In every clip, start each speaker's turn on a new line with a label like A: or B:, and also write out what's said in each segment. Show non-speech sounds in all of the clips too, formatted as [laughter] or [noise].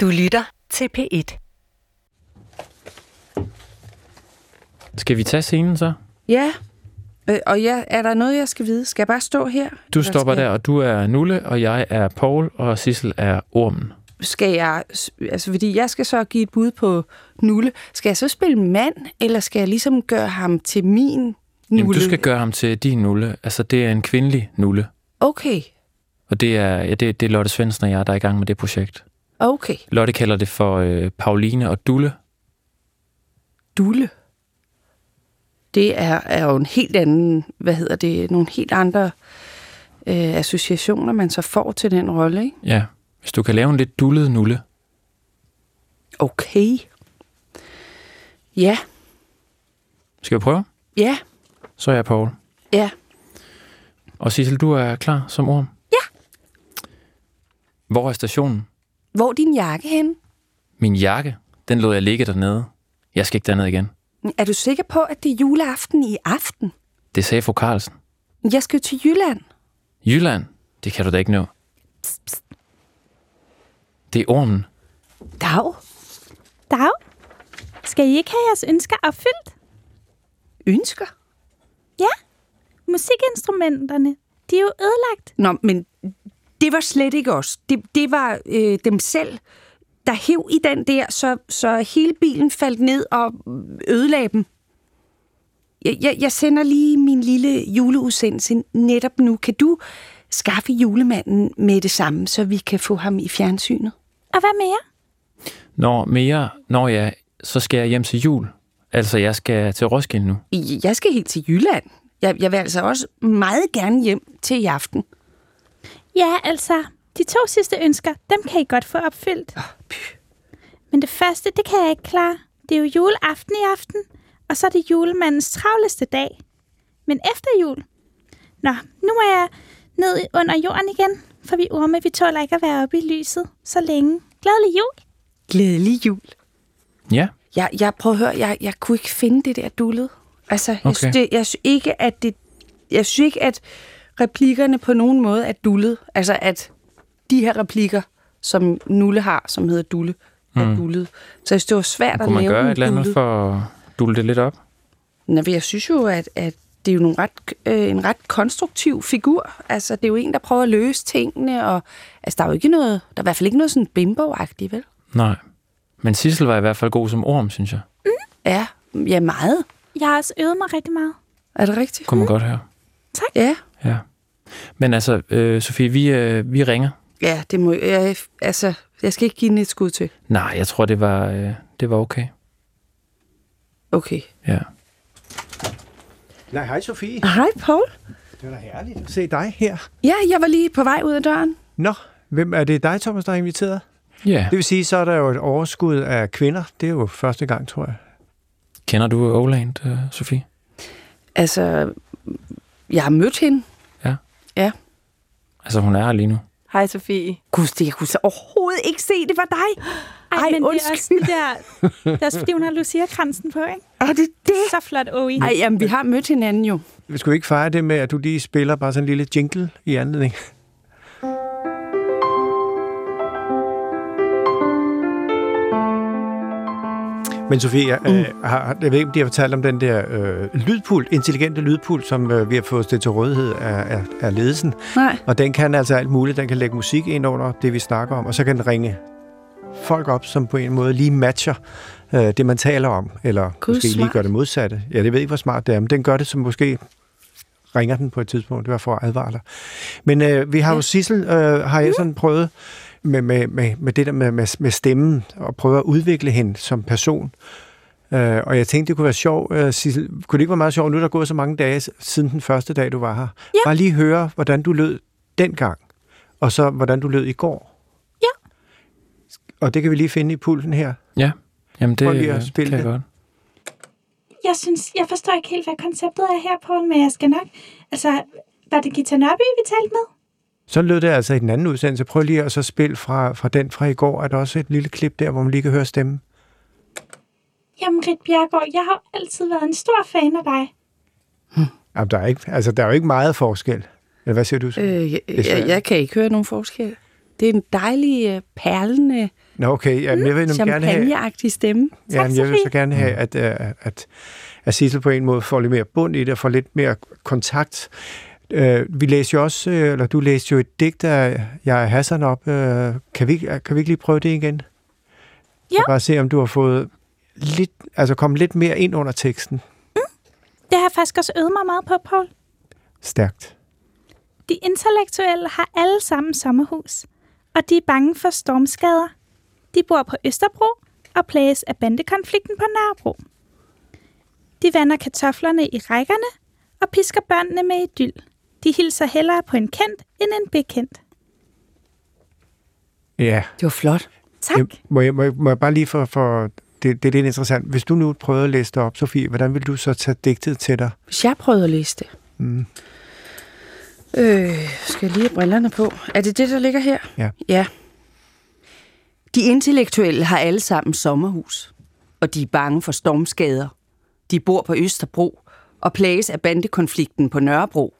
A: Du lytter til P1.
B: Skal vi tage scenen så?
C: Ja. Øh, og ja, er der noget, jeg skal vide? Skal jeg bare stå her?
B: Du
C: Eller
B: stopper
C: skal,
B: der, og du er Nulle, og jeg er Paul, og Sissel er Ormen.
C: Skal jeg, altså fordi jeg skal så give et bud på Nulle. Skal jeg så spille mand, eller skal jeg ligesom gøre ham til min Nulle?
B: Jamen, du skal gøre ham til din Nulle. Altså, det er en kvindelig Nulle.
C: Okay,
B: Og det er, ja, det, det er Lotte Svendsen og jeg, der er i gang med det projekt.
C: okay.
B: Lotte kalder det for øh, Pauline og Dulle.
C: Dulle. Det er, er jo en helt anden, hvad hedder det, nogle helt andre øh, associationer, man så får til den rolle, ikke?
B: Ja, hvis du kan lave en lidt dullet Nulle.
C: Okay. Ja,
B: Skal vi prøve?
C: ja,
B: Så er jeg Paul.
C: ja.
B: Og Sissel, du er klar som Orm?
C: Ja.
B: Hvor er stationen?
C: Hvor er din jakke henne?
B: Min jakke, den lod jeg ligge dernede. Jeg skal ikke derned igen.
C: Er du sikker på, at det er juleaften i aften?
B: Det sagde fru Carlsen.
C: Jeg skal jo til Jylland.
B: Jylland, det kan du da ikke nå. Det er ormen.
C: Dag.
D: Dag, skal I ikke have jeres ønsker opfyldt?
C: Ønsker?
D: Ja, musikinstrumenterne, de er jo ødelagt.
C: Nå, men det var slet ikke os. Det, det var øh, dem selv, der hev i den der, så, så hele bilen faldt ned og ødelagde dem. Jeg, jeg, jeg sender lige min lille juleudsendelse netop nu. Kan du skaffe julemanden med det samme, så vi kan få ham i fjernsynet?
D: Og hvad mere?
B: Når mere, når jeg, så skal jeg hjem til jul. Altså, jeg skal til Roskilde nu.
C: Jeg skal helt til Jylland. Jeg, jeg vil altså også meget gerne hjem til i aften.
D: Ja, altså, de to sidste ønsker, dem kan I godt få opfyldt. Oh, Men det første, det kan jeg ikke klare. Det er jo juleaften i aften, og så er det julemandens travleste dag. Men efter jul? Nå, nu må jeg ned under jorden igen, for vi orme, vi tåler ikke at være oppe i lyset så længe. Glædelig jul!
C: Glædelig jul.
B: Ja,
C: Jeg, jeg prøver at høre, jeg, jeg kunne ikke finde det der dullede. Altså, okay. jeg,
B: Okay.
C: synes, det, jeg synes ikke, at det, jeg synes ikke, at replikkerne på nogen måde er dullede. Altså, at de her replikker, som Nulle har, som hedder Dulle, er mm. dullede. Så jeg synes, det var svært at
B: kunne man
C: lave
B: gøre
C: en
B: et eller andet
C: dullet.
B: for at dulle det lidt op?
C: Nå, men jeg synes jo, at, at det er jo nogle ret, øh, en ret konstruktiv figur. Altså, det er jo en, der prøver at løse tingene, og altså, der er jo ikke noget, der er i hvert fald ikke noget sådan bimbo vel?
B: Nej. Men Sissel var i hvert fald god som orm, synes jeg.
C: Ja, ja, meget.
D: Jeg har også øvet mig rigtig meget.
C: Er det rigtigt?
B: Kunne man godt høre.
C: Ja.
B: Ja. Men altså, øh, Sofie, vi, øh, vi ringer.
C: Ja, det må jeg, altså, jeg skal ikke give den et skud til.
B: Nej, jeg tror, det var, øh, det var okay.
C: Okay.
B: Ja.
E: Nej, hej Sofie.
C: Hej, Paul.
E: Det var da herligt at se dig her.
C: Ja, jeg var lige på vej ud af døren.
E: Nå, hvem er det dig, Thomas, der er inviteret?
B: Ja.
E: Det vil sige, så er der jo et overskud af kvinder. Det er jo første gang, tror jeg.
B: Kender du Oland, øh, Sofie?
C: Altså, jeg har mødt hende.
B: Ja.
C: Ja.
B: Altså, hun er her lige nu.
F: Hej Sofie.
C: Gud, det jeg kunne så overhovedet ikke se, det var dig. Ej,
D: Ej, Ej men
C: undskyld.
D: det er også, det der, det er også fordi, hun har Lucia-kransen på, ikke?
C: Er det det?
D: Så flot, Oe.
C: Ej, jamen, vi har mødt hinanden jo.
E: Vi skulle ikke fejre det med, at du lige spiller bare sådan en lille jingle i anledning. [laughs] Men Sofie, mm. øh, har, jeg ved ikke, om de har fortalt om den der øh, lydpult, intelligente lydpult, som øh, vi har fået stillet til rådighed af, af, af ledelsen.
C: Nej.
E: Og den kan altså alt muligt. Den kan lægge musik ind under det, vi snakker om, og så kan den ringe folk op, som på en måde lige matcher øh, det, man taler om, eller
C: Gud,
E: måske lige
C: smart.
E: gør det modsatte. Ja, det ved ikke, hvor smart det er, men den gør det, som måske ringer den på et tidspunkt. Det var for at advare dig. Men øh, vi har jo Sissel, øh, har
C: Mm.
E: jeg sådan prøvet med, med, med, med det der med, med, med stemmen, og prøve at udvikle hende som person. Øh, og jeg tænkte, det kunne være sjovt. Øh, Sissel, kunne det ikke være meget sjovt, nu er der gået så mange dage s- siden den første dag, du var her? Ja. Bare lige høre, hvordan du lød dengang, og så hvordan du lød i går.
D: Ja.
E: Og det kan vi lige finde i pulten her.
B: Ja. Jamen, det,
E: Prøv lige at
B: øh,
E: spille
B: kan jeg
E: det.
B: godt.
D: Jeg synes, jeg forstår ikke helt, hvad konceptet er her, Poul, men jeg skal nok... Altså, var det Gita Nørby, vi talte med?
E: Så lød det altså i den anden udsendelse. Prøv lige at så spille fra, fra den fra i går. Er der også et lille klip der, hvor man lige kan høre stemmen?
D: Jamen, Rit Bjergård, jeg har jo altid været en stor fan af dig.
E: Jamen, der er, ikke, altså, der er jo ikke meget forskel. Eller hvad siger du så?
C: Øh, jeg,
E: er svært.
C: jeg, jeg kan ikke høre nogen forskel. det er en dejlig, øh, perlende,
E: Nå, okay. Jamen, jeg vil nu gerne have,
C: champagneagtig stemme.
E: jamen, jeg vil så gerne have, at, øh, at, at Sissel på en måde får lidt mere bund i det, og får lidt mere kontakt. Øh, Vi læste jo også, øh, eller du læste jo et digt af jeg Hassan op. Øh, Kan vi, ikke- kan vi ikke lige prøve det igen?
D: Jo.
E: Og bare se, om du har fået lidt, altså kom lidt mere ind under teksten.
D: Det har jeg faktisk også øvet mig meget på, Paul.
E: Stærkt.
D: De intellektuelle har alle sammen sommerhus, og de er bange for stormskader. De bor på Østerbro og plages af bandekonflikten på Nørrebro. De vander kartoflerne i rækkerne og pisker børnene med idyl. De hilser hellere på en kendt end en bekendt.
E: Ja.
C: Det var flot.
D: Tak.
E: Jamen, Må jeg, må, jeg, må jeg bare lige for, for det, det er lidt interessant. Hvis du nu prøvede at læse det op, Sofie, hvordan vil du så tage digtet til dig?
C: Hvis jeg prøvede at læse det.
E: Mm.
C: Øh, skal jeg lige have brillerne på? Er det det, der ligger her?
E: Ja.
C: Ja. De intellektuelle har alle sammen sommerhus, og de er bange for stormskader. De bor på Østerbro og plages af bandekonflikten på Nørrebro.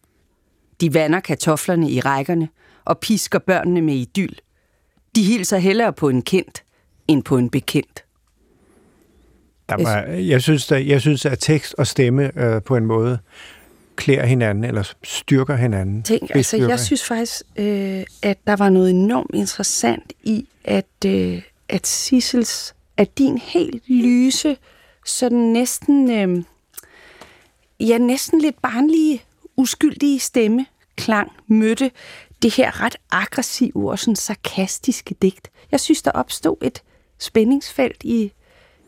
C: De vander kartoflerne i rækkerne og pisker børnene med idyl. De hilser hellere på en kendt end på en bekendt.
E: Der var, jeg, synes, der, jeg synes, at tekst og stemme øh, på en måde klæder hinanden, eller styrker hinanden.
C: ting. Altså,
E: Bestyrker.
C: jeg synes faktisk, øh, at der var noget enormt interessant i, at, øh, at Sissels, at din helt lyse, sådan næsten, øh, ja, næsten lidt barnlige, uskyldige stemme, klang, mødte det her ret aggressive og sådan sarkastiske digt. Jeg synes, der opstod et spændingsfelt i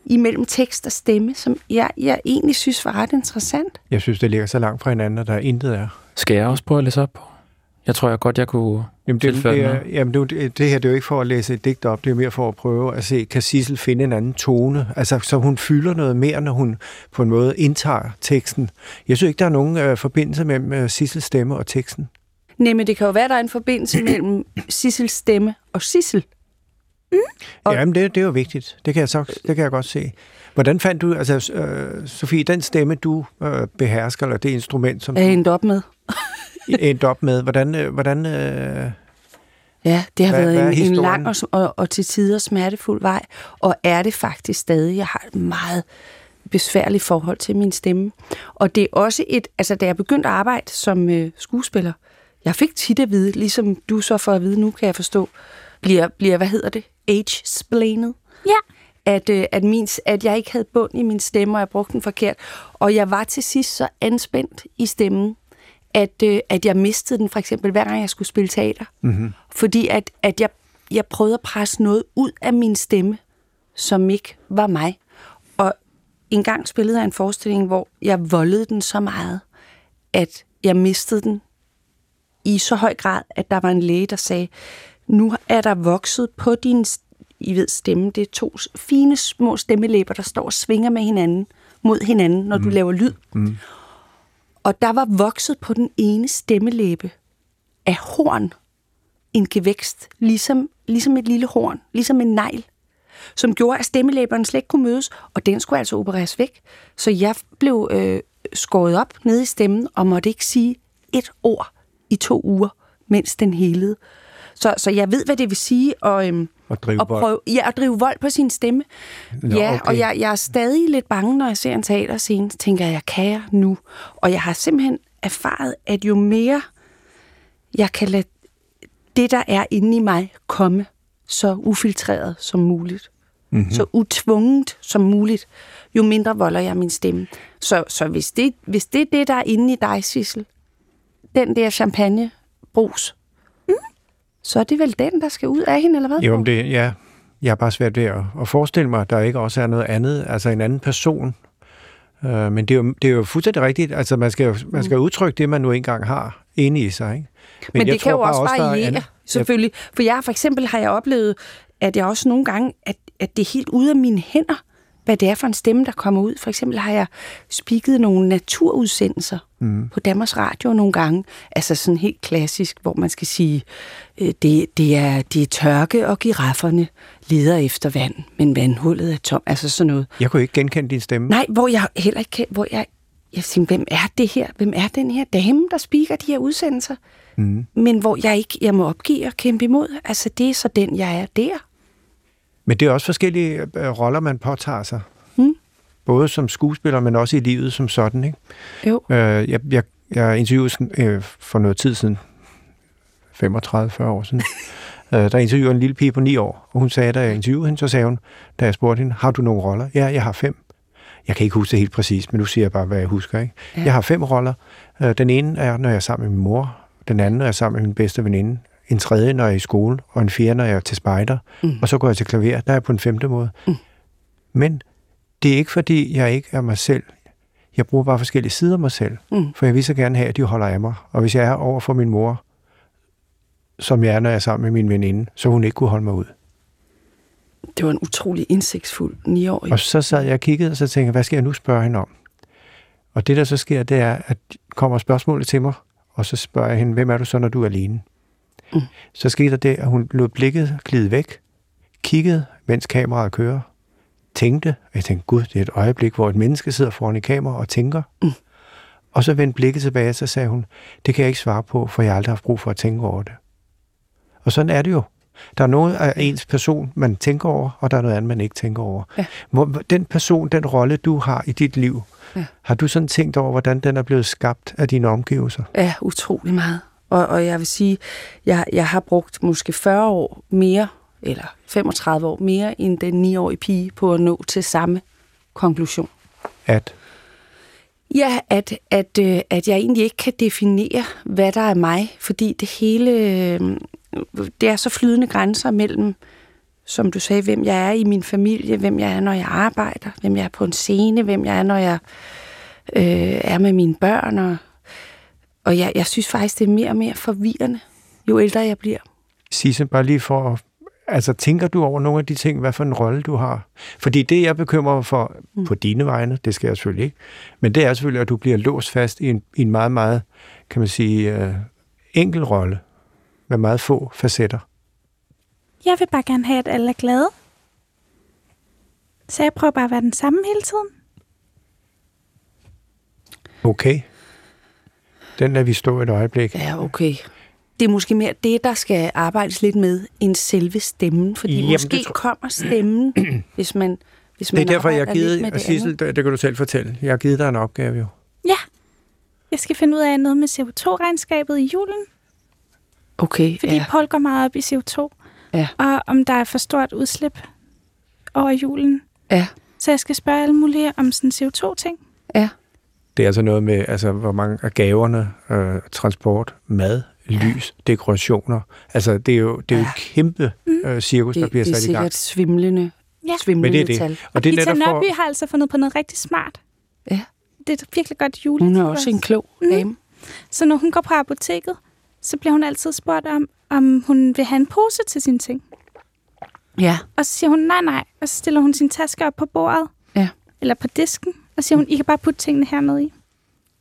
C: imellem tekst og stemme, som jeg, jeg egentlig synes var ret interessant.
E: jeg synes, det ligger så langt fra hinanden, og der intet er.
B: Skal jeg også prøve at læse op på? Jeg tror jeg godt, jeg kunne
E: Jamen, det,
B: tilføje
E: det,
B: noget.
E: er, jamen, det, det her det er jo ikke for at læse et digt op, det er mere for at prøve at se, kan Sissel finde en anden tone? Altså, så hun fylder noget mere, når hun på en måde indtager teksten. Jeg synes ikke, der er nogen øh, forbindelse mellem øh, Sissels stemme og teksten.
C: Nej, men det kan jo være, der er en
E: [clears throat]
C: forbindelse mellem Sissels stemme og Sissel. Og-
E: Og... Jamen, det, det er jo vigtigt. Det kan, jeg så, det kan jeg godt se. Hvordan fandt du, altså, øh, Sofie, den stemme, du øh, behersker, eller det instrument, som
C: Jeg endte op med. Øh.
E: du endte op med, hvordan, øh, hvordan øh,
C: Ja, det har hvad,
E: Hvad- hvad er
C: været en, en
E: historien?
C: lang og, og, og til tider smertefuld vej, og er det faktisk stadig. Jeg har et meget besværligt forhold til min stemme. Og det er også et, altså da jeg begyndte at arbejde som øh, skuespiller, jeg fik tit at vide, ligesom du så får at vide nu, kan jeg forstå, bliver, bliver hvad hedder det, age-splainet.
D: Ja,
C: at, øh, at, min, at jeg ikke havde bund i min stemme, og jeg brugte den forkert. Og jeg var til sidst så anspændt i stemmen, at, øh, at jeg mistede den for eksempel hver gang, jeg skulle spille teater. Mm-hmm. Fordi at, at jeg, jeg prøvede at presse noget ud af min stemme, som ikke var mig. Og en gang spillede jeg en forestilling, hvor jeg voldede den så meget, at jeg mistede den i så høj grad, at der var en læge, der sagde, nu er der vokset på din s- I ved, stemme, det er to s- fine små stemmelæber, der står og svinger med hinanden, mod hinanden, når mm. du laver lyd. Mm. Og der var vokset på den ene stemmelæbe af horn en gevækst, ligesom, ligesom et lille horn, ligesom en negl, som gjorde, at stemmelæberne slet ikke kunne mødes, og den skulle altså opereres væk. Så jeg blev øh, skåret op nede i stemmen, og måtte ikke sige et ord i to uger, mens den helede. Så, så jeg ved, hvad det vil sige at, øhm,
E: At drive
C: at,
E: vold.
C: prøve, ja, at drive vold på sin stemme.
E: Nå,
C: ja,
E: okay.
C: og jeg, jeg er stadig lidt bange, når jeg ser en teaterscene, så tænker jeg, kan jeg nu? Og jeg har simpelthen erfaret, at jo mere jeg kan lade det, der er inde i mig, komme så ufiltreret som muligt.
E: Mhm.
C: Mm-hmm. Så utvunget som muligt, jo mindre volder jeg min stemme. Så, så hvis, det, hvis det er det, der er inde i dig, Sissel, den der champagne brus, mm. så er det vel den, der skal ud af hende, eller hvad?
E: Jo, men det, ja. Jeg har bare svært ved at, at forestille mig, at der ikke også er noget andet, altså en anden person. Øh, men det er, jo, det er jo fuldstændig rigtigt. Altså, man skal jo man skal jo udtrykke det, man nu engang har inde i sig,
C: Men,
E: ikke?
C: Mm. Men
E: jeg
C: det kan
E: tror
C: jo
E: bare
C: også
E: der er
C: variere,
E: andet.
C: selvfølgelig. For jeg for eksempel har jeg oplevet, at jeg også nogle gange, at, at det er helt ude af mine hænder, hvad det er for en stemme, der kommer ud. For eksempel har jeg spikket nogle naturudsendelser mm. på Danmarks Radio nogle gange. Altså sådan helt klassisk, hvor man skal sige, øh, det, det, er, det er tørke, og girafferne leder efter vand, men vandhullet er tom. Altså sådan noget.
E: Jeg kunne ikke genkende din stemme.
C: Nej, hvor jeg heller ikke kan, hvor jeg jeg tænkte, hvem er det her? Hvem er den her dame, der spiker de her udsendelser? Mm. Men hvor jeg ikke, jeg må opgive og kæmpe imod. Altså, det er så den, jeg er der.
E: Men det er også forskellige øh, roller, man påtager sig. Mm. Både som skuespiller, men også i livet som sådan. Ikke?
C: Jo.
E: Øh, jeg, jeg, jeg interviewede sådan, øh, for noget tid siden, 35-40 år [laughs] siden, øh, der interviewede en lille pige på 9 år, og hun sagde, da jeg interviewede hende, så sagde hun, da jeg spurgte hende, har du nogle roller? Ja, jeg har fem. Jeg kan ikke huske det helt præcis, men nu siger jeg bare, hvad jeg husker. Ikke? Ja. Jeg har fem roller. Øh, den ene er, når jeg er sammen med min mor. Den anden, når jeg er sammen med min bedste veninde. En tredje, når jeg er i skole. Og en fjerde, når jeg er til spejder. Mm. Og så går jeg til klaver. Der er jeg på en femte måde. Mm. Men det er ikke, fordi jeg ikke er mig selv. Jeg bruger bare forskellige sider af mig selv. Mm. For jeg vil så gerne have, at de holder af mig. Og hvis jeg er over for min mor, som jeg er, når jeg er sammen med min veninde, så hun ikke kunne holde mig ud.
C: Det var en utrolig indsigtsfuld 9-årig.
E: Og så sad jeg og kiggede, og så tænkte jeg, hvad skal jeg nu spørge hende om? Og det, der så sker, det er, at kommer spørgsmålet til mig, og så spørger jeg hende, hvem er du så, når du er alene? Mm. Så skete der det, at hun lod blikket glide væk, kiggede, mens kameraet kører, tænkte, og jeg tænkte, gud, det er et øjeblik, hvor et menneske sidder foran et kamera og tænker. Mm. Og så vendte blikket tilbage, og så sagde hun, det kan jeg ikke svare på, for jeg har aldrig haft brug for at tænke over det. Og sådan er det jo. Der er noget af ens person, man tænker over, og der er noget andet, man ikke tænker over. Ja. Hvor- Den person, den rolle, du har i dit liv, ja. har du sådan tænkt over, hvordan den er blevet skabt af dine omgivelser?
C: Ja, utrolig meget. Og, og jeg vil sige, jeg, jeg har brugt måske 40 år mere, eller 35 år mere, end den 9-årige pige på at nå til samme konklusion.
E: At
C: Ja, at, at, øh, at jeg egentlig ikke kan definere, hvad der er mig, fordi det hele, øh, det er så flydende grænser mellem, som du sagde, hvem jeg er i min familie, hvem jeg er, når jeg arbejder, hvem jeg er på en scene, hvem jeg er, når jeg øh, er med mine børn. Og, og jeg, jeg synes faktisk, det er mere og mere forvirrende, jo ældre jeg bliver.
E: Sisse, bare lige for at- Altså, tænker du over nogle af de ting, hvad for en rolle du har? Fordi det, jeg bekymrer mig for mm. på dine vegne, det skal jeg selvfølgelig ikke, men det er selvfølgelig, at du bliver låst fast i en, i en meget, meget, kan man sige, øh, enkel rolle med meget få facetter.
D: Jeg vil bare gerne have, at alle er glade. Så jeg prøver bare at være den samme hele tiden.
E: Okay. Den lader vi stå et øjeblik.
C: Ja, okay. Det er måske mere det, der skal arbejdes lidt med, end selve stemmen. Fordi
E: Jamen,
C: Jamen,
E: det
C: måske
E: tror-
C: kommer
E: [clears throat]
C: stemmen, hvis man hvis
E: Det er
C: man
E: derfor, jeg har
C: arbejder lidt med det
E: givet, og Sissel,
C: andet.
E: det, det kan du selv fortælle, jeg har givet dig en opgave jo.
D: Ja. Jeg skal finde ud af noget med CO2-regnskabet i julen,
C: Okay,
D: fordi ja. Paul går meget op i CO2,
C: ja,
D: og om der er for stort udslip over julen.
C: ja,
D: Så jeg skal spørge alle mulige om sådan CO2-ting.
C: ja.
E: Det er altså noget med, altså, hvor mange af gaverne, øh, transport, mad, lys, dekorationer. Altså, det er jo, det er jo et kæmpe øh, cirkus, der
C: Mm. Det,
E: bliver
C: det er
E: sat i gang.
C: sikkert svimlende,
D: Ja.
C: ja. svimlende
E: Men det er det.
C: tal.
E: Og det er
D: Gita
E: netop
D: Nørby
E: for...
D: har altså fundet på noget rigtig smart.
C: Ja.
D: Det er et virkelig godt jule.
C: Hun er også en klog
E: Mm.
C: dame.
D: Så når hun går på apoteket, så bliver hun altid spurgt om, om hun vil have en pose til sine ting.
C: Ja,
D: Og så siger hun nej, nej. Og så stiller hun sin taske op på bordet,
C: ja.
D: eller på disken, og siger hun, I kan bare putte tingene hernede i.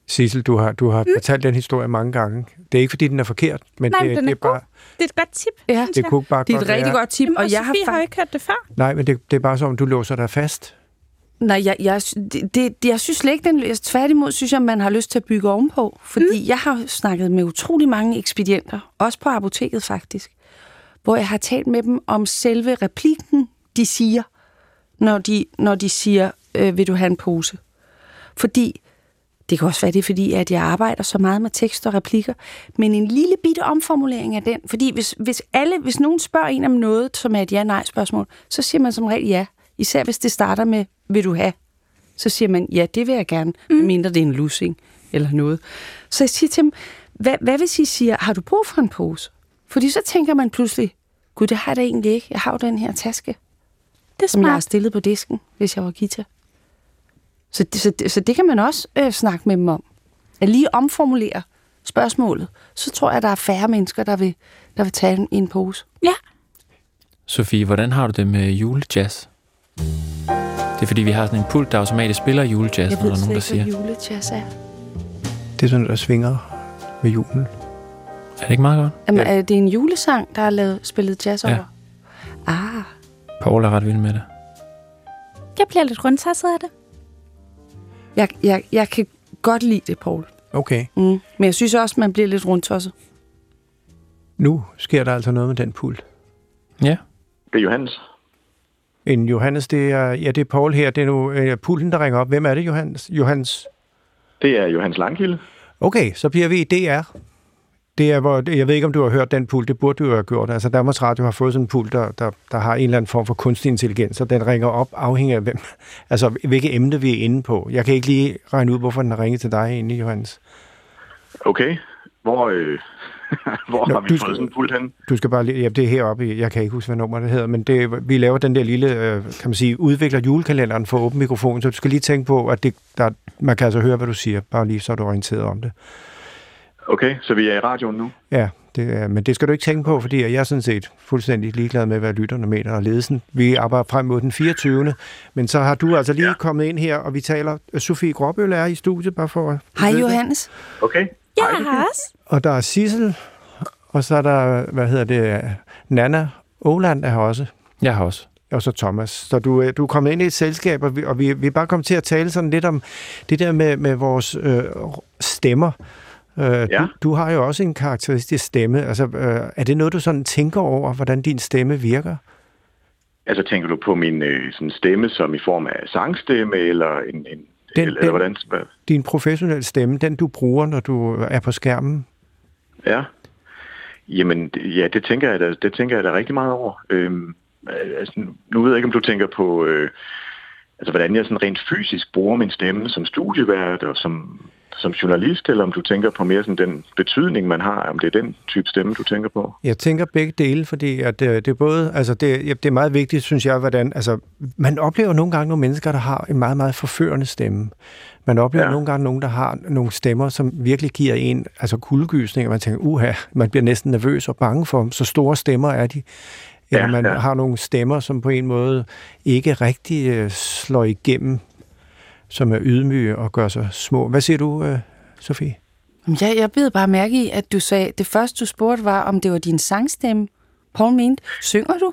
E: Sissel, du har, du har
C: Mm.
E: fortalt den historie mange gange. Det er ikke, fordi den er forkert, men
D: Nej,
E: det,
D: men den
E: det
D: er
E: er bare...
D: Det er et godt tip,
C: Ja.
D: synes
E: Det
D: jeg.
E: kunne bare
C: Det er
E: godt
C: et rigtig
E: være.
C: godt tip,
D: Jamen, og,
C: og jeg har
D: Sofie har jo
C: faktisk...
D: ikke hørt det før.
E: Nej, men det, det er bare som, om, du låser dig fast.
C: Nej, jeg, jeg, det, det, jeg synes slet ikke, den jeg- Tværtimod synes jeg, man har lyst til at bygge ovenpå. Fordi mm. jeg har snakket med utrolig mange ekspedienter, også på apoteket faktisk, hvor jeg har talt med dem om selve replikken, de siger, når de, når de siger, øh, vil du have en pose? Fordi, det kan også være det, er fordi at jeg arbejder så meget med tekst og replikker, men en lille bitte omformulering af den, fordi hvis, hvis, alle, hvis nogen spørger en om noget, som er et ja-nej-spørgsmål, så siger man som regel ja. Især hvis det starter med, vil du have? Så siger man, ja, det vil jeg gerne, mm. mindre det er en lussing eller noget. Så jeg siger til dem, hvad, hvad hvis I siger, har du brug for en pose? Fordi så tænker man pludselig, gud, det har jeg da egentlig ikke. Jeg har jo den her taske
D: Det er
C: som jeg har
D: smart.
C: stillet på disken, hvis jeg var guitar. Så, det- så, det- så det kan man også øh, snakke med dem om. At lige omformulere spørgsmålet, så tror jeg, der er færre mennesker, der vil, der vil tage en, en pose.
D: Ja,
B: Sofie, hvordan har du det med julejazz? Det er fordi, vi har sådan en pult, der automatisk spiller julejazz, når der er nogen, der siger.
C: julejazz er.
E: Det er sådan, der svinger ved julen.
B: Er det ikke meget godt?
C: Jamen, er det en julesang, der er lavet, spillet jazz
B: Ja.
C: over? Ah,
B: Paul er ret vild med det.
D: jeg bliver lidt rundtasset af det.
C: jeg, jeg, jeg kan godt lide det, Paul.
E: Okay.
C: Mm. Men jeg synes også, man bliver lidt rundtosset.
E: Nu sker der altså noget med den pult.
B: Ja.
A: Det er Johannes.
E: En Johannes, det er, ja, det er Paul her. Det er nu øh, pulten, der ringer op. Hvem er det, Johannes? Johannes?
A: Det er Johannes Langkilde.
E: Okay, så bliver vi i DR. Det er, hvor, jeg ved ikke, om du har hørt den pult. Det burde du jo have gjort. Altså, Danmarks Radio har fået sådan en pult, der, der, der har en eller anden form for kunstig intelligens, og den ringer op afhængig af, hvem, [laughs] altså, hvilke emne vi er inde på. Jeg kan ikke lige regne ud, hvorfor den har ringet til dig egentlig, Johannes.
A: Okay. Hvor, øh, [laughs] hvor
E: Nå,
A: Nå, har vi
E: du
A: fået
E: skal-
A: sådan en pult hen?
E: Du skal bare lige... Ja, det er heroppe. i- Jeg kan ikke huske, hvad nummer det hedder, men det, vi laver den der lille, øh, kan man sige, udvikler julekalenderen for åben mikrofon, så du skal lige tænke på, at det, der, man kan altså høre, hvad du siger, bare lige så er du orienteret om det.
A: Okay, så vi er i radioen nu.
E: Ja, det, er- men det skal du ikke tænke på, fordi jeg er sådan set fuldstændig ligeglad med, hvad lytterne mener og ledelsen. Vi arbejder frem mod den 24. Men så har du altså lige ja. kommet ind her, og vi taler... Sofie Gråbøl er i studiet, bare for... at-
C: Hej, Johannes.
A: Okay.
D: Ja,
A: Hej, Sofie.
D: Lars.
E: Og der er Sissel, og så er der, hvad hedder det, Nana Åland er her også.
B: Jeg har også.
E: og så Thomas. Så du, øh, du er kommet ind i et selskab, og vi, og vi, vi er bare kommet til at tale sådan lidt om det der med, med vores øh, stemmer. Øh, ja. du, du har jo også en karakteristisk stemme. Altså, øh, er det noget, du sådan tænker over, hvordan din stemme virker?
A: Altså tænker du på min øh, sådan stemme som i form af sangstemme, eller en... en den, eller,
E: den-
A: eller hvordan... hvad-
E: Din professionelle stemme, den du bruger, når du er på skærmen.
A: Ja. Jamen, det- ja, det tænker jeg da, det tænker jeg da rigtig meget over. Øhm, altså, nu ved jeg ikke, om du tænker på, øh, altså, hvordan jeg sådan rent fysisk bruger min stemme som studievært og som, som journalist, eller om du tænker på mere sådan den betydning, man har, om det er den type stemme, du tænker på.
E: Jeg tænker begge dele, fordi at, øh, det er både, altså det, ja, det er meget vigtigt, synes jeg, hvordan, altså man oplever nogle gange nogle mennesker, der har en meget, meget forførende stemme. Man oplever ja.
A: Ja.
E: nogle gange nogen, der har nogle stemmer, som virkelig giver en altså kuldegysning, og man tænker, uha, man bliver næsten nervøs og bange for dem, så store stemmer er de. Eller
A: Ja,
E: man
A: ja.
E: har nogle stemmer, som på en måde ikke rigtig øh, slår igennem, som er ydmyge og gør sig små. Hvad siger du, øh, Sofie?
C: Jamen, Jeg, jeg beder bare mærke i, at du sagde, det første, du spurgte, var, om det var din sangstemme. Paul mente, synger du?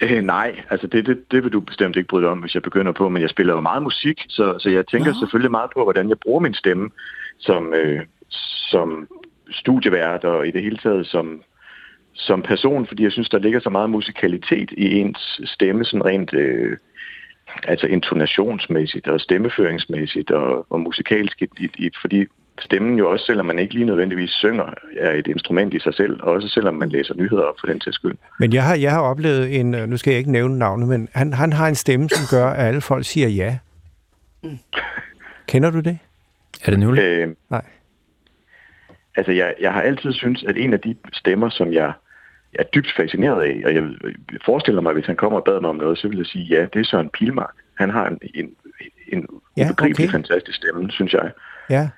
A: Øh, nej, altså det, det, det vil du bestemt ikke bryde dig om, hvis jeg begynder på, men jeg spiller jo meget musik, så, så jeg tænker selvfølgelig meget på, hvordan jeg bruger min stemme som, øh, som studievært og i det hele taget som, som person, fordi jeg synes, der ligger så meget musikalitet i ens stemme, sådan rent øh, altså intonationsmæssigt og stemmeføringsmæssigt og, og musikalsk, i, i, i- fordi stemmen jo også, selvom man ikke lige nødvendigvis synger, er et instrument i sig selv, og også selvom man læser nyheder op for den til skyld.
E: Men jeg har, jeg har oplevet en, øh, nu skal jeg ikke nævne navnet, men han, han har en stemme, som gør, at alle folk siger ja. Kender du det?
B: Er det nu?
A: Øh,
E: Nej.
A: Altså, jeg, jeg har altid syntes, at en af de stemmer, som jeg er dybt fascineret af, og jeg forestiller mig, at hvis han kommer og bad mig om noget, så vil jeg sige, ja, det er Søren Pilmark. Han har en, en, en
E: Ja,
A: ja, ubegribelig
E: okay.
A: okay. fantastisk stemme, synes jeg.
E: Ja.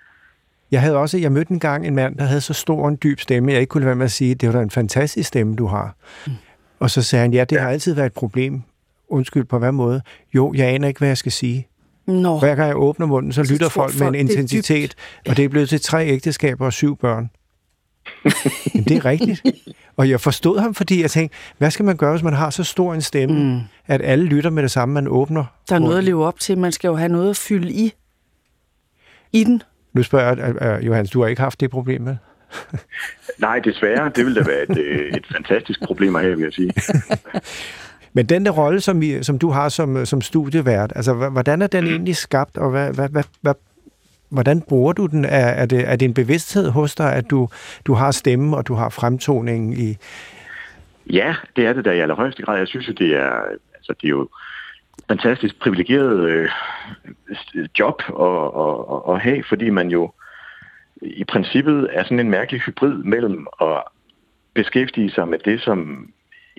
E: Jeg havde også, jeg mødte en gang en mand, der havde så stor og en dyb stemme, jeg ikke kunne lade være med at sige, det var da en fantastisk stemme, du har. Og så sagde han, ja, det har altid været et problem. Undskyld, på hvad måde? Jo, jeg aner ikke, hvad jeg skal sige.
C: Nå,
E: Hver gang jeg åbner munden, så
C: Så
E: lytter
C: Altså, tror
E: folk med en
C: folk, det er dybt.
E: intensitet, og det er blevet til tre ægteskaber og syv
C: [laughs]
E: børn. Men det er rigtigt. Og jeg forstod ham, fordi jeg tænkte, hvad skal man gøre, hvis man har så stor en stemme, mm. at alle lytter med det samme, man åbner?
C: der er noget at leve op til. Man skal jo have noget at fylde i. I den.
E: Nu spørger jeg, øh, øh, Johannes, du har ikke haft det problem, vel?
A: Nej, desværre. Det ville da være et, øh, et fantastisk problem at have, vil jeg sige.
E: Men den der rolle, som, I, som du har som, øh, som studievært, altså hva- hvordan er den egentlig skabt, og hvad, hvad, hvad, hvad, hvordan bruger du den? Er, er, det, er det en bevidsthed hos dig, at du, du har stemmen, og du har fremtoningen i...
A: Ja, det er det da i allerhøjeste grad. Jeg synes jo, det er, altså, det er jo et fantastisk privilegeret øh, s- job at, at, at, at have, fordi man jo i princippet er sådan en mærkelig hybrid mellem at beskæftige sig med det, som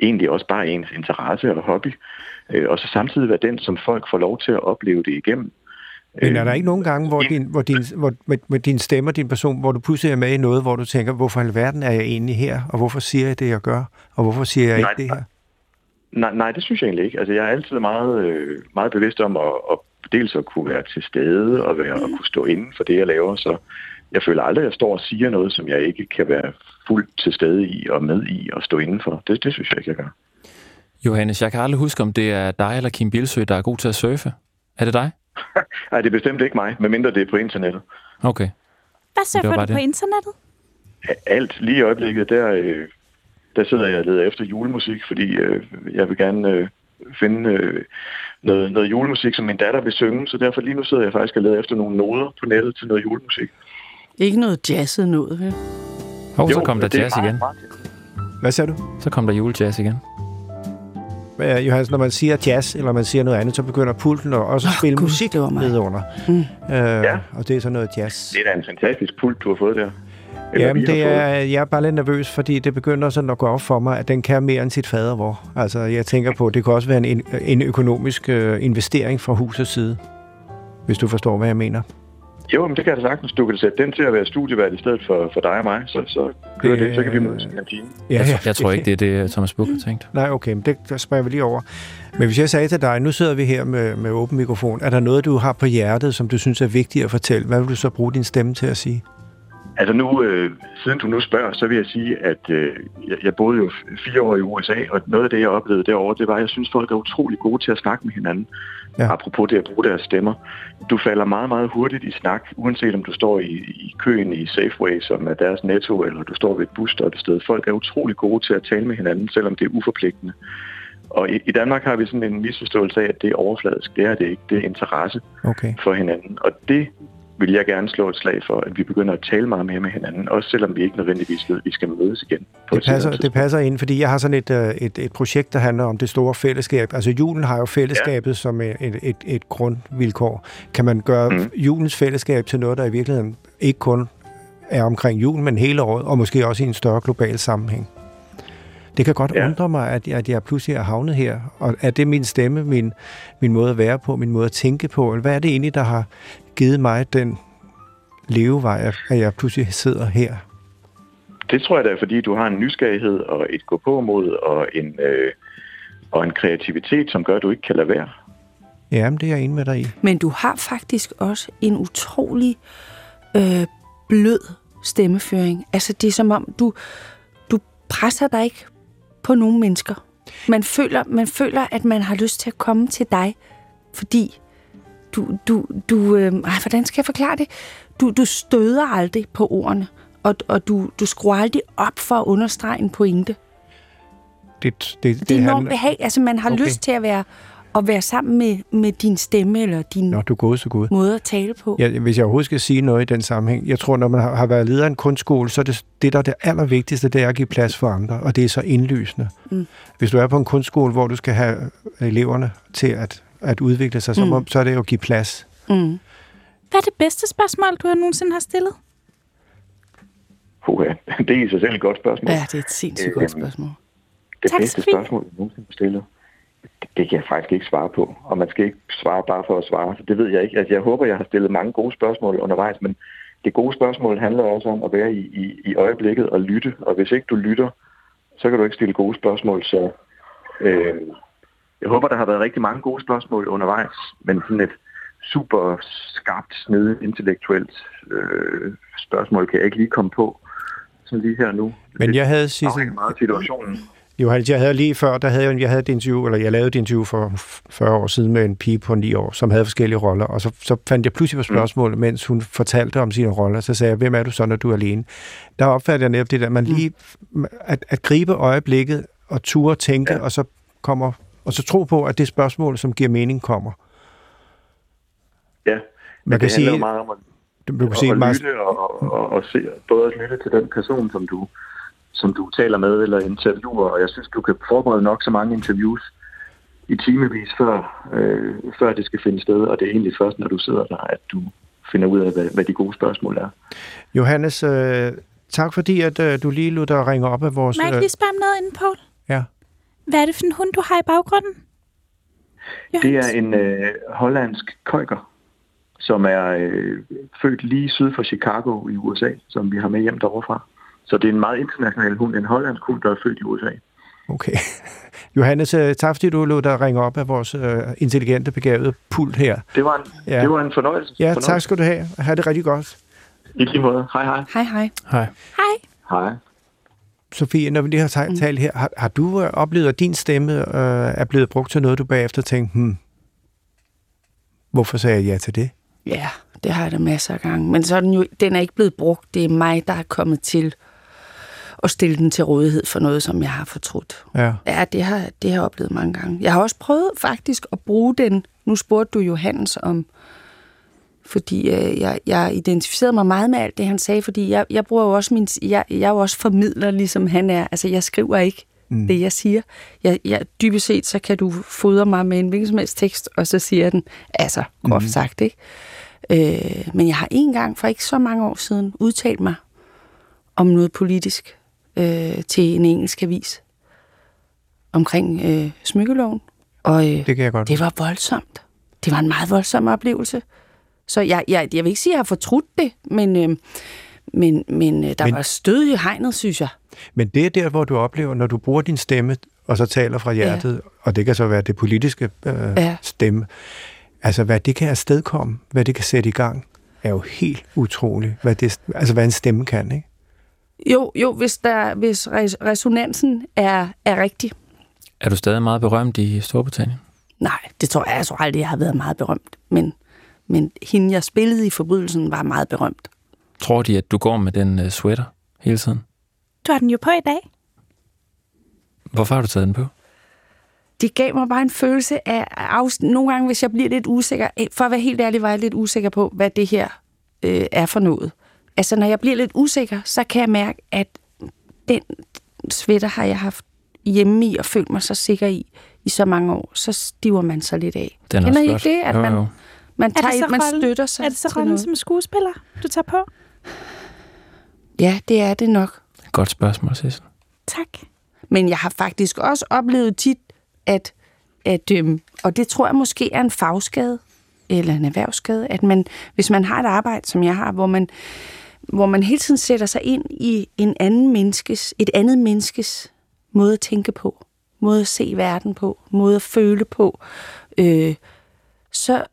A: egentlig også bare er ens interesse eller hobby, øh, og så samtidig være den, som folk får lov til at opleve det igennem.
E: Men er
A: Øh,
E: der ikke nogen gange, hvor
A: ja.
E: din, hvor din, hvor, med, med din stemme og din person, hvor du pludselig er med i noget, hvor du tænker, hvorfor i alverden er jeg egentlig her, og hvorfor siger jeg det, jeg gør, og hvorfor siger jeg
A: Nej,
E: ikke det her?
A: Nej, nej, det synes jeg egentlig ikke. Altså, jeg er altid meget, øh, meget bevidst om at, at dels at kunne være til stede og være, at kunne stå inden for det, jeg laver. Så jeg føler aldrig, at jeg står og siger noget, som jeg ikke kan være fuldt til stede i og med i og stå inden for. Det, det synes jeg ikke, jeg gør.
B: Johannes, jeg kan aldrig huske, om det er dig eller Kim Bilsø, der er god til at surfe. Er det dig?
A: Nej, det er bestemt ikke mig, medmindre det er på internettet.
B: Okay.
D: Hvad
B: Det var
D: surfer
B: bare
D: du på
B: det.
D: internettet?
A: Alt lige i øjeblikket, der, øh, der sidder jeg og leder efter julemusik, fordi øh, jeg vil gerne øh, finde øh, noget, noget julemusik, som min datter vil synge, så derfor lige nu sidder jeg faktisk og leder efter nogle noder på nettet til noget julemusik.
F: Ikke noget jazzet noget, vel?
B: Og så kom der
A: det er
B: jazz
A: meget
B: igen.
A: praktisk.
E: Hvad sagde du?
B: Så kom der julejazz igen.
E: Øh, Johannes, når man siger jazz, eller man siger noget andet, så begynder pulten at også at spille
F: Gud,
E: musik
F: det var mig.
E: nedenunder. Mm. Øh,
A: Ja.
E: ja. Og det er så noget jazz.
A: Det er da en fantastisk pult, du har fået der. Eller
E: Jamen,
A: vi har
E: det
A: fået.
E: er, jeg er bare lidt nervøs, fordi det begynder sådan at gå op for mig, at den kan mere end sit fader vor. Altså, jeg tænker på, det kunne også være en, en økonomisk øh, investering fra husets side, hvis du forstår, hvad jeg mener.
A: Jo, men det kan jeg da sagtens. Du kan sætte den til at være studievært i stedet for, for dig og mig, så, så kører
E: Det-
A: det, så kan vi mødes i kantinen.
E: Ja,
B: Jeg, jeg tror ikke, det er det, øh, Thomas Buch har tænkt.
E: Nej, okay, men det der springer vi lige over. Men hvis jeg sagde til dig, nu sidder vi her med, med åben mikrofon, er der noget, du har på hjertet, som du synes er vigtigt at fortælle? Hvad vil du så bruge din stemme til at sige?
A: Altså nu, øh, siden du nu spørger, så vil jeg sige, at øh, jeg, jeg boede jo f- fire år i USA, og noget af det, jeg oplevede derovre, det var, at jeg synes, folk er utrolig gode til at snakke med hinanden.
E: Ja.
A: Ja. Apropos det at bruge deres stemmer. Du falder meget, meget hurtigt i snak, uanset om du står i, i køen i Safeway, som er deres netto, eller du står ved et busstop et sted. Folk er utrolig gode til at tale med hinanden, selvom det er uforpligtende. Og i, i Danmark har vi sådan en misforståelse af, at det er overfladisk. Det er det ikke. Det er interesse
E: Okay.
A: for hinanden. Og det vil jeg gerne slå et slag for, at vi begynder at tale meget mere med hinanden, også selvom vi ikke nødvendigvis ved, at vi skal mødes igen. På
E: Det
A: et senere
E: passer, det
A: tidspunkt.
E: passer ind, fordi jeg har sådan et, øh, et, et projekt, der handler om det store fællesskab. Altså julen har jo fællesskabet ja. som et, et- et, et grundvilkår. Kan man gøre
A: Mhm.
E: mm. julens fællesskab til noget, der i virkeligheden ikke kun er omkring julen, men hele året, og måske også i en større global sammenhæng? Det kan godt ja.
A: Ja.
E: undre mig, at, at jeg pludselig er havnet her. Og er det min stemme, min, min måde at være på, min måde at tænke på? Eller hvad er det egentlig, der har givet mig den levevej, at- at jeg pludselig sidder her?
A: Det tror jeg da, er, fordi du har en nysgerrighed og et gå på mod og en, øh, og en kreativitet, som gør, at du ikke kan lade være.
E: Jamen, det er jeg enig med dig i.
C: Men du har faktisk også en utrolig øh, blød stemmeføring. Altså, det er som om, du, du presser dig ikke på nogen mennesker. Man føler, man føler, at man har lyst til at komme til dig, fordi du... du, du øh, ej, hvordan skal jeg forklare det? Du, du støder aldrig på ordene, og, og du, du skruer aldrig op for at understrege en pointe.
E: det, det, det,
C: Det er enormt
E: handler-
C: behag. Altså, man har
E: Okay.
C: okay. lyst til at være, at være sammen med, med din stemme eller din
E: Nå, du er gået så god.
C: måde at tale på.
E: Ja, hvis jeg overhovedet skal sige noget i den sammenhæng, jeg tror, når man har, har været leder af en kunstskole, så er det, det, der er det allervigtigste, det er at give plads for andre, og det er så indlysende. Mm. Hvis du er på en kunstskole, hvor du skal have øh, eleverne til at, at udvikle sig, som om, så er det jo at give plads.
D: Hvad er det bedste spørgsmål, du har nogensinde har stillet?
A: Puha, [laughs] det er i sig selv et godt spørgsmål.
F: Ja, det er et sindssygt godt
A: Øhm,
F: spørgsmål.
A: Det
D: Tak,
A: bedste
D: Sofie.
A: spørgsmål, jeg nogensinde har stillet, det, det kan jeg faktisk ikke svare på. Og man skal ikke svare bare for at svare, så det ved jeg ikke. Altså, jeg håber, jeg har stillet mange gode spørgsmål undervejs, men det gode spørgsmål handler også om at være i, i, i øjeblikket og lytte. Og hvis ikke du lytter, så kan du ikke stille gode spørgsmål. Så øh, jeg håber, der har været rigtig mange gode spørgsmål undervejs, men sådan et super skarpt, snedigt, intellektuelt øh, spørgsmål kan jeg ikke lige komme på sådan lige her nu.
E: Men jeg havde
A: det
E: sidst,
A: afhænger meget af situationen.
E: Johannes, jeg havde lige før, der havde jeg, jeg havde et interview, eller jeg lavede et interview for 40 år siden med en pige på 9 år, som havde forskellige roller, og så, så fandt jeg pludselig på spørgsmål, mm. mens hun fortalte om sine roller, så sagde jeg, hvem er du så, når du er alene? Der opfatter jeg netop det der, man lige, at, at gribe øjeblikket og ture tænke, ja. og så kommer, og så tro på, at det spørgsmål, som giver mening, kommer.
A: Ja, men
E: Man kan
A: det handler
E: sige-
A: jo meget om at,
E: Du kan
A: at,
E: sige,
A: at
E: Mars,
A: lytte og, og, og, og se, både at lytte til den person, som du, som du taler med eller interviewer, og jeg synes, du kan forberede nok så mange interviews i timevis, før, øh, før det skal finde sted, og det er egentlig først, når du sidder der, at du finder ud af, hvad, hvad de gode spørgsmål er.
E: Johannes, øh, tak fordi, at øh, du lige lod dig ringe op af vores...
D: Må jeg ikke
E: Øh,
D: lige spørge om noget inden, Poul?
E: ja.
D: Hvad er det for en hund, du har i baggrunden?
A: Det
D: Johannes?
A: er en øh, hollandsk køjker, som er øh, født lige syd for Chicago i USA, som vi har med hjem derovre fra. Så det er en meget international hund, en hollandsk hund, der er født i USA.
E: Okay. [laughs] Johannes, øh, tak fordi du lod dig ringe op af vores øh, intelligente, begavede pult her.
A: Det var en,
E: Ja.
A: ja. det var en fornøjelse.
E: Ja,
A: fornøjelse.
E: tak skal du have. Ha' det rigtig godt.
A: I lige måde. Hej, hej.
C: Hej, hej.
B: Hej.
D: Hej.
A: Hej.
E: Sofie, når vi lige har ta- talt her, har, har du øh, oplevet, at din stemme øh, er blevet brugt til noget, du bagefter tænkte, hmm, Hvorfor sagde jeg ja til det?
C: Ja, det har jeg da masser af gange. Men så er den jo den er ikke blevet brugt. Det er mig, der er kommet til at stille den til rådighed for noget, som jeg har fortrudt.
E: Ja.
C: Ja, det har, det har jeg oplevet mange gange. Jeg har også prøvet faktisk at bruge den. Nu spurgte du Johannes om, fordi øh, jeg, jeg identificerede mig meget med alt det, han sagde, fordi jeg, jeg bruger jo også min, jeg, jeg er jo også formidler, ligesom han er. Altså, jeg skriver ikke mm. det, jeg siger. Jeg, jeg, dybest set, så kan du fodre mig med en hvilken som helst tekst, og så siger jeg den, altså, groft mm. sagt, ikke? Øh, men jeg har en gang, for ikke så mange år siden, udtalt mig om noget politisk øh, til en engelsk avis omkring øh, smykkeloven. Og øh,
E: Det kan jeg godt.
C: det var voldsomt. Det var en meget voldsom oplevelse. Så jeg, jeg, jeg vil ikke sige, at jeg har fortrudt det, men, øh, men, men øh, der
E: Men-
C: men, var stød i hegnet, synes jeg.
E: Men det er der, hvor du oplever, når du bruger din stemme, og så taler fra hjertet, ja. og det kan så være det politiske øh, ja.
C: Ja.
E: stemme, altså hvad det kan afstedkomme, hvad det kan sætte i gang, er jo helt utroligt, hvad, det, altså, hvad en stemme kan, ikke?
C: Jo, jo hvis, der, hvis res- resonansen er, er rigtig.
B: Er du stadig meget berømt i Storbritannien?
C: Nej, det tror jeg, jeg tror aldrig, jeg har været meget berømt. Men, men hende, jeg spillede i forbrydelsen, var meget berømt.
B: Tror de, at du går med den øh, sweater hele tiden?
D: Du har den jo på i dag.
B: Hvorfor har du taget den på?
C: Det gav mig bare en følelse af afs- Nogle gange, hvis jeg bliver lidt usikker, eh, for at være helt ærlig, var jeg lidt usikker på, hvad det her øh, er for noget. Altså, når jeg bliver lidt usikker, så kan jeg mærke, at den sweater har jeg haft hjemme i og følt mig så sikker i i så mange år, så stiver man sig lidt af.
B: Den
C: Kender
B: også
C: I
B: flot.
C: det, at
B: Jo,
C: man,
B: jo.
C: man,
D: Er det
C: tager,
D: så
C: man
D: rollen-
C: støtter sig
D: Er det så
C: til
D: rollen
C: noget?
D: som skuespiller, du tager på?
C: Ja, det er det nok.
B: Godt spørgsmål, Sissel.
D: Tak.
C: Men jeg har faktisk også oplevet tit, at, at øhm, og det tror jeg måske er en fagskade eller en erhvervsskade, at man, hvis man har et arbejde, som jeg har, hvor man, hvor man hele tiden sætter sig ind i en anden menneskes, et andet menneskes måde at tænke på, måde at se verden på, måde at føle på, øh, så,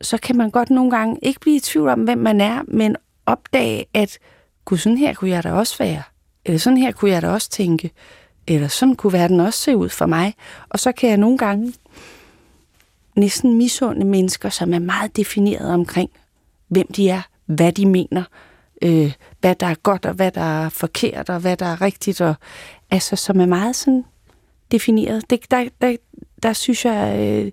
C: så kan man godt nogle gange ikke blive i tvivl om, hvem man er, men opdage, at gud, sådan her kunne jeg da også være, eller sådan her kunne jeg da også tænke, eller sådan kunne verden også se ud for mig. Og så kan jeg nogle gange næsten misunde mennesker, som er meget defineret omkring, hvem de er, hvad de mener, øh, hvad der er godt, og hvad der er forkert, og hvad der er rigtigt, og altså, som er meget sådan defineret. Det, der, der, der synes jeg, øh,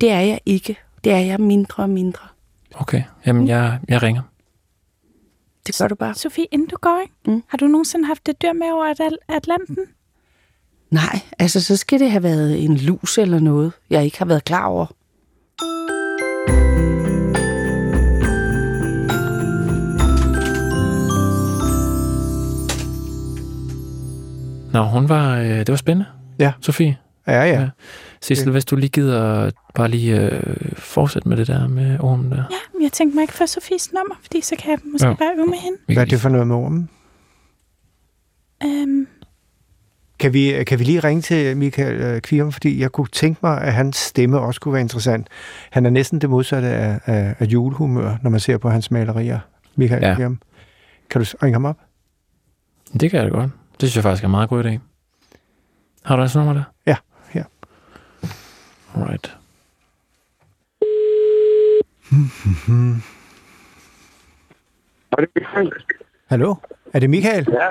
C: det er jeg ikke. Det er jeg mindre og mindre.
B: Okay,
C: Mm.
B: jamen jeg, jeg ringer.
C: Det gør du bare.
D: Sofie, inden du går, ikke?
C: Mm.
D: har du nogensinde haft et dyr med over Atl- Atlanten?
C: Nej, altså så skal det have været en lus eller noget, jeg ikke har været klar over.
B: Nå, hun var, øh, det var spændende.
E: Ja.
B: Sofie,
E: Ja, ja.
B: Ja. Sissel, hvis du lige gider bare lige øh, fortsætte med det der med ormen der.
D: Ja, men jeg tænkte mig ikke for Sofies nummer, fordi så kan jeg måske
B: Ja.
D: ja. bare øve med hende.
B: Vi
E: Hvad
B: kan
E: er det for noget med ormen?
D: Øhm,
E: Kan vi, øh, kan vi lige ringe til Michael øh, Kvirum, fordi jeg kunne tænke mig, at hans stemme også kunne være interessant. Han er næsten det modsatte af, af, af julehumør, når man ser på hans malerier. Michael ja.
B: Ja.
E: Kvirum. Kan du s- ringe ham op?
B: lige- Det kan jeg da godt. Det synes jeg faktisk er en meget god idé. Har du hans nummer der?
E: Ja, her.
B: Alright.
A: Og det er Michael.
E: Hallo? Er det Michael?
A: Ja,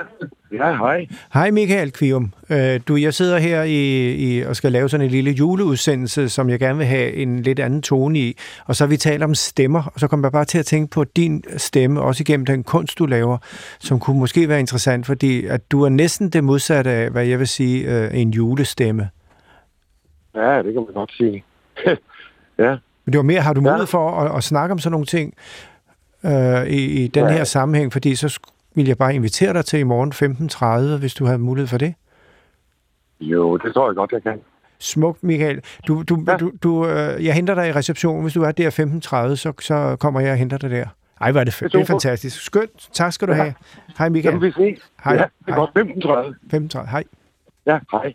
A: ja hej.
E: Hej Michael Kvium. Øh, Du, jeg sidder her i, i, og skal lave sådan en lille juleudsendelse, som jeg gerne vil have en lidt anden tone i. Og så har vi talt om stemmer, og så kom jeg bare til at tænke på din stemme, også igennem den kunst, du laver, som kunne måske være interessant, fordi at du er næsten det modsatte af, hvad jeg vil sige, øh, en julestemme.
A: Ja, det kan man godt sige. ja,
E: Men det var mere, har du
A: Ja.
E: mulighed for at, at snakke om sådan nogle ting øh, i, i den
A: Ja.
E: her sammenhæng? Fordi så sk- vil jeg bare invitere dig til i morgen 15.30, hvis du har mulighed for det.
A: jo, det tror jeg godt, jeg kan.
E: Smukt, Michael. Du, du, ja.
A: Ja.
E: du, du, øh, jeg henter dig i receptionen. Hvis du er der 15.30, så, så kommer jeg og henter dig der. Ej, hvor er det, fe- det er
A: super.
E: fantastisk. Skønt. Tak skal du have. Hej, Michael.
A: Jamen, vi ses.
E: Hej.
A: Ja, det er godt 35.
E: 15.30. Hej.
A: Ja, hej.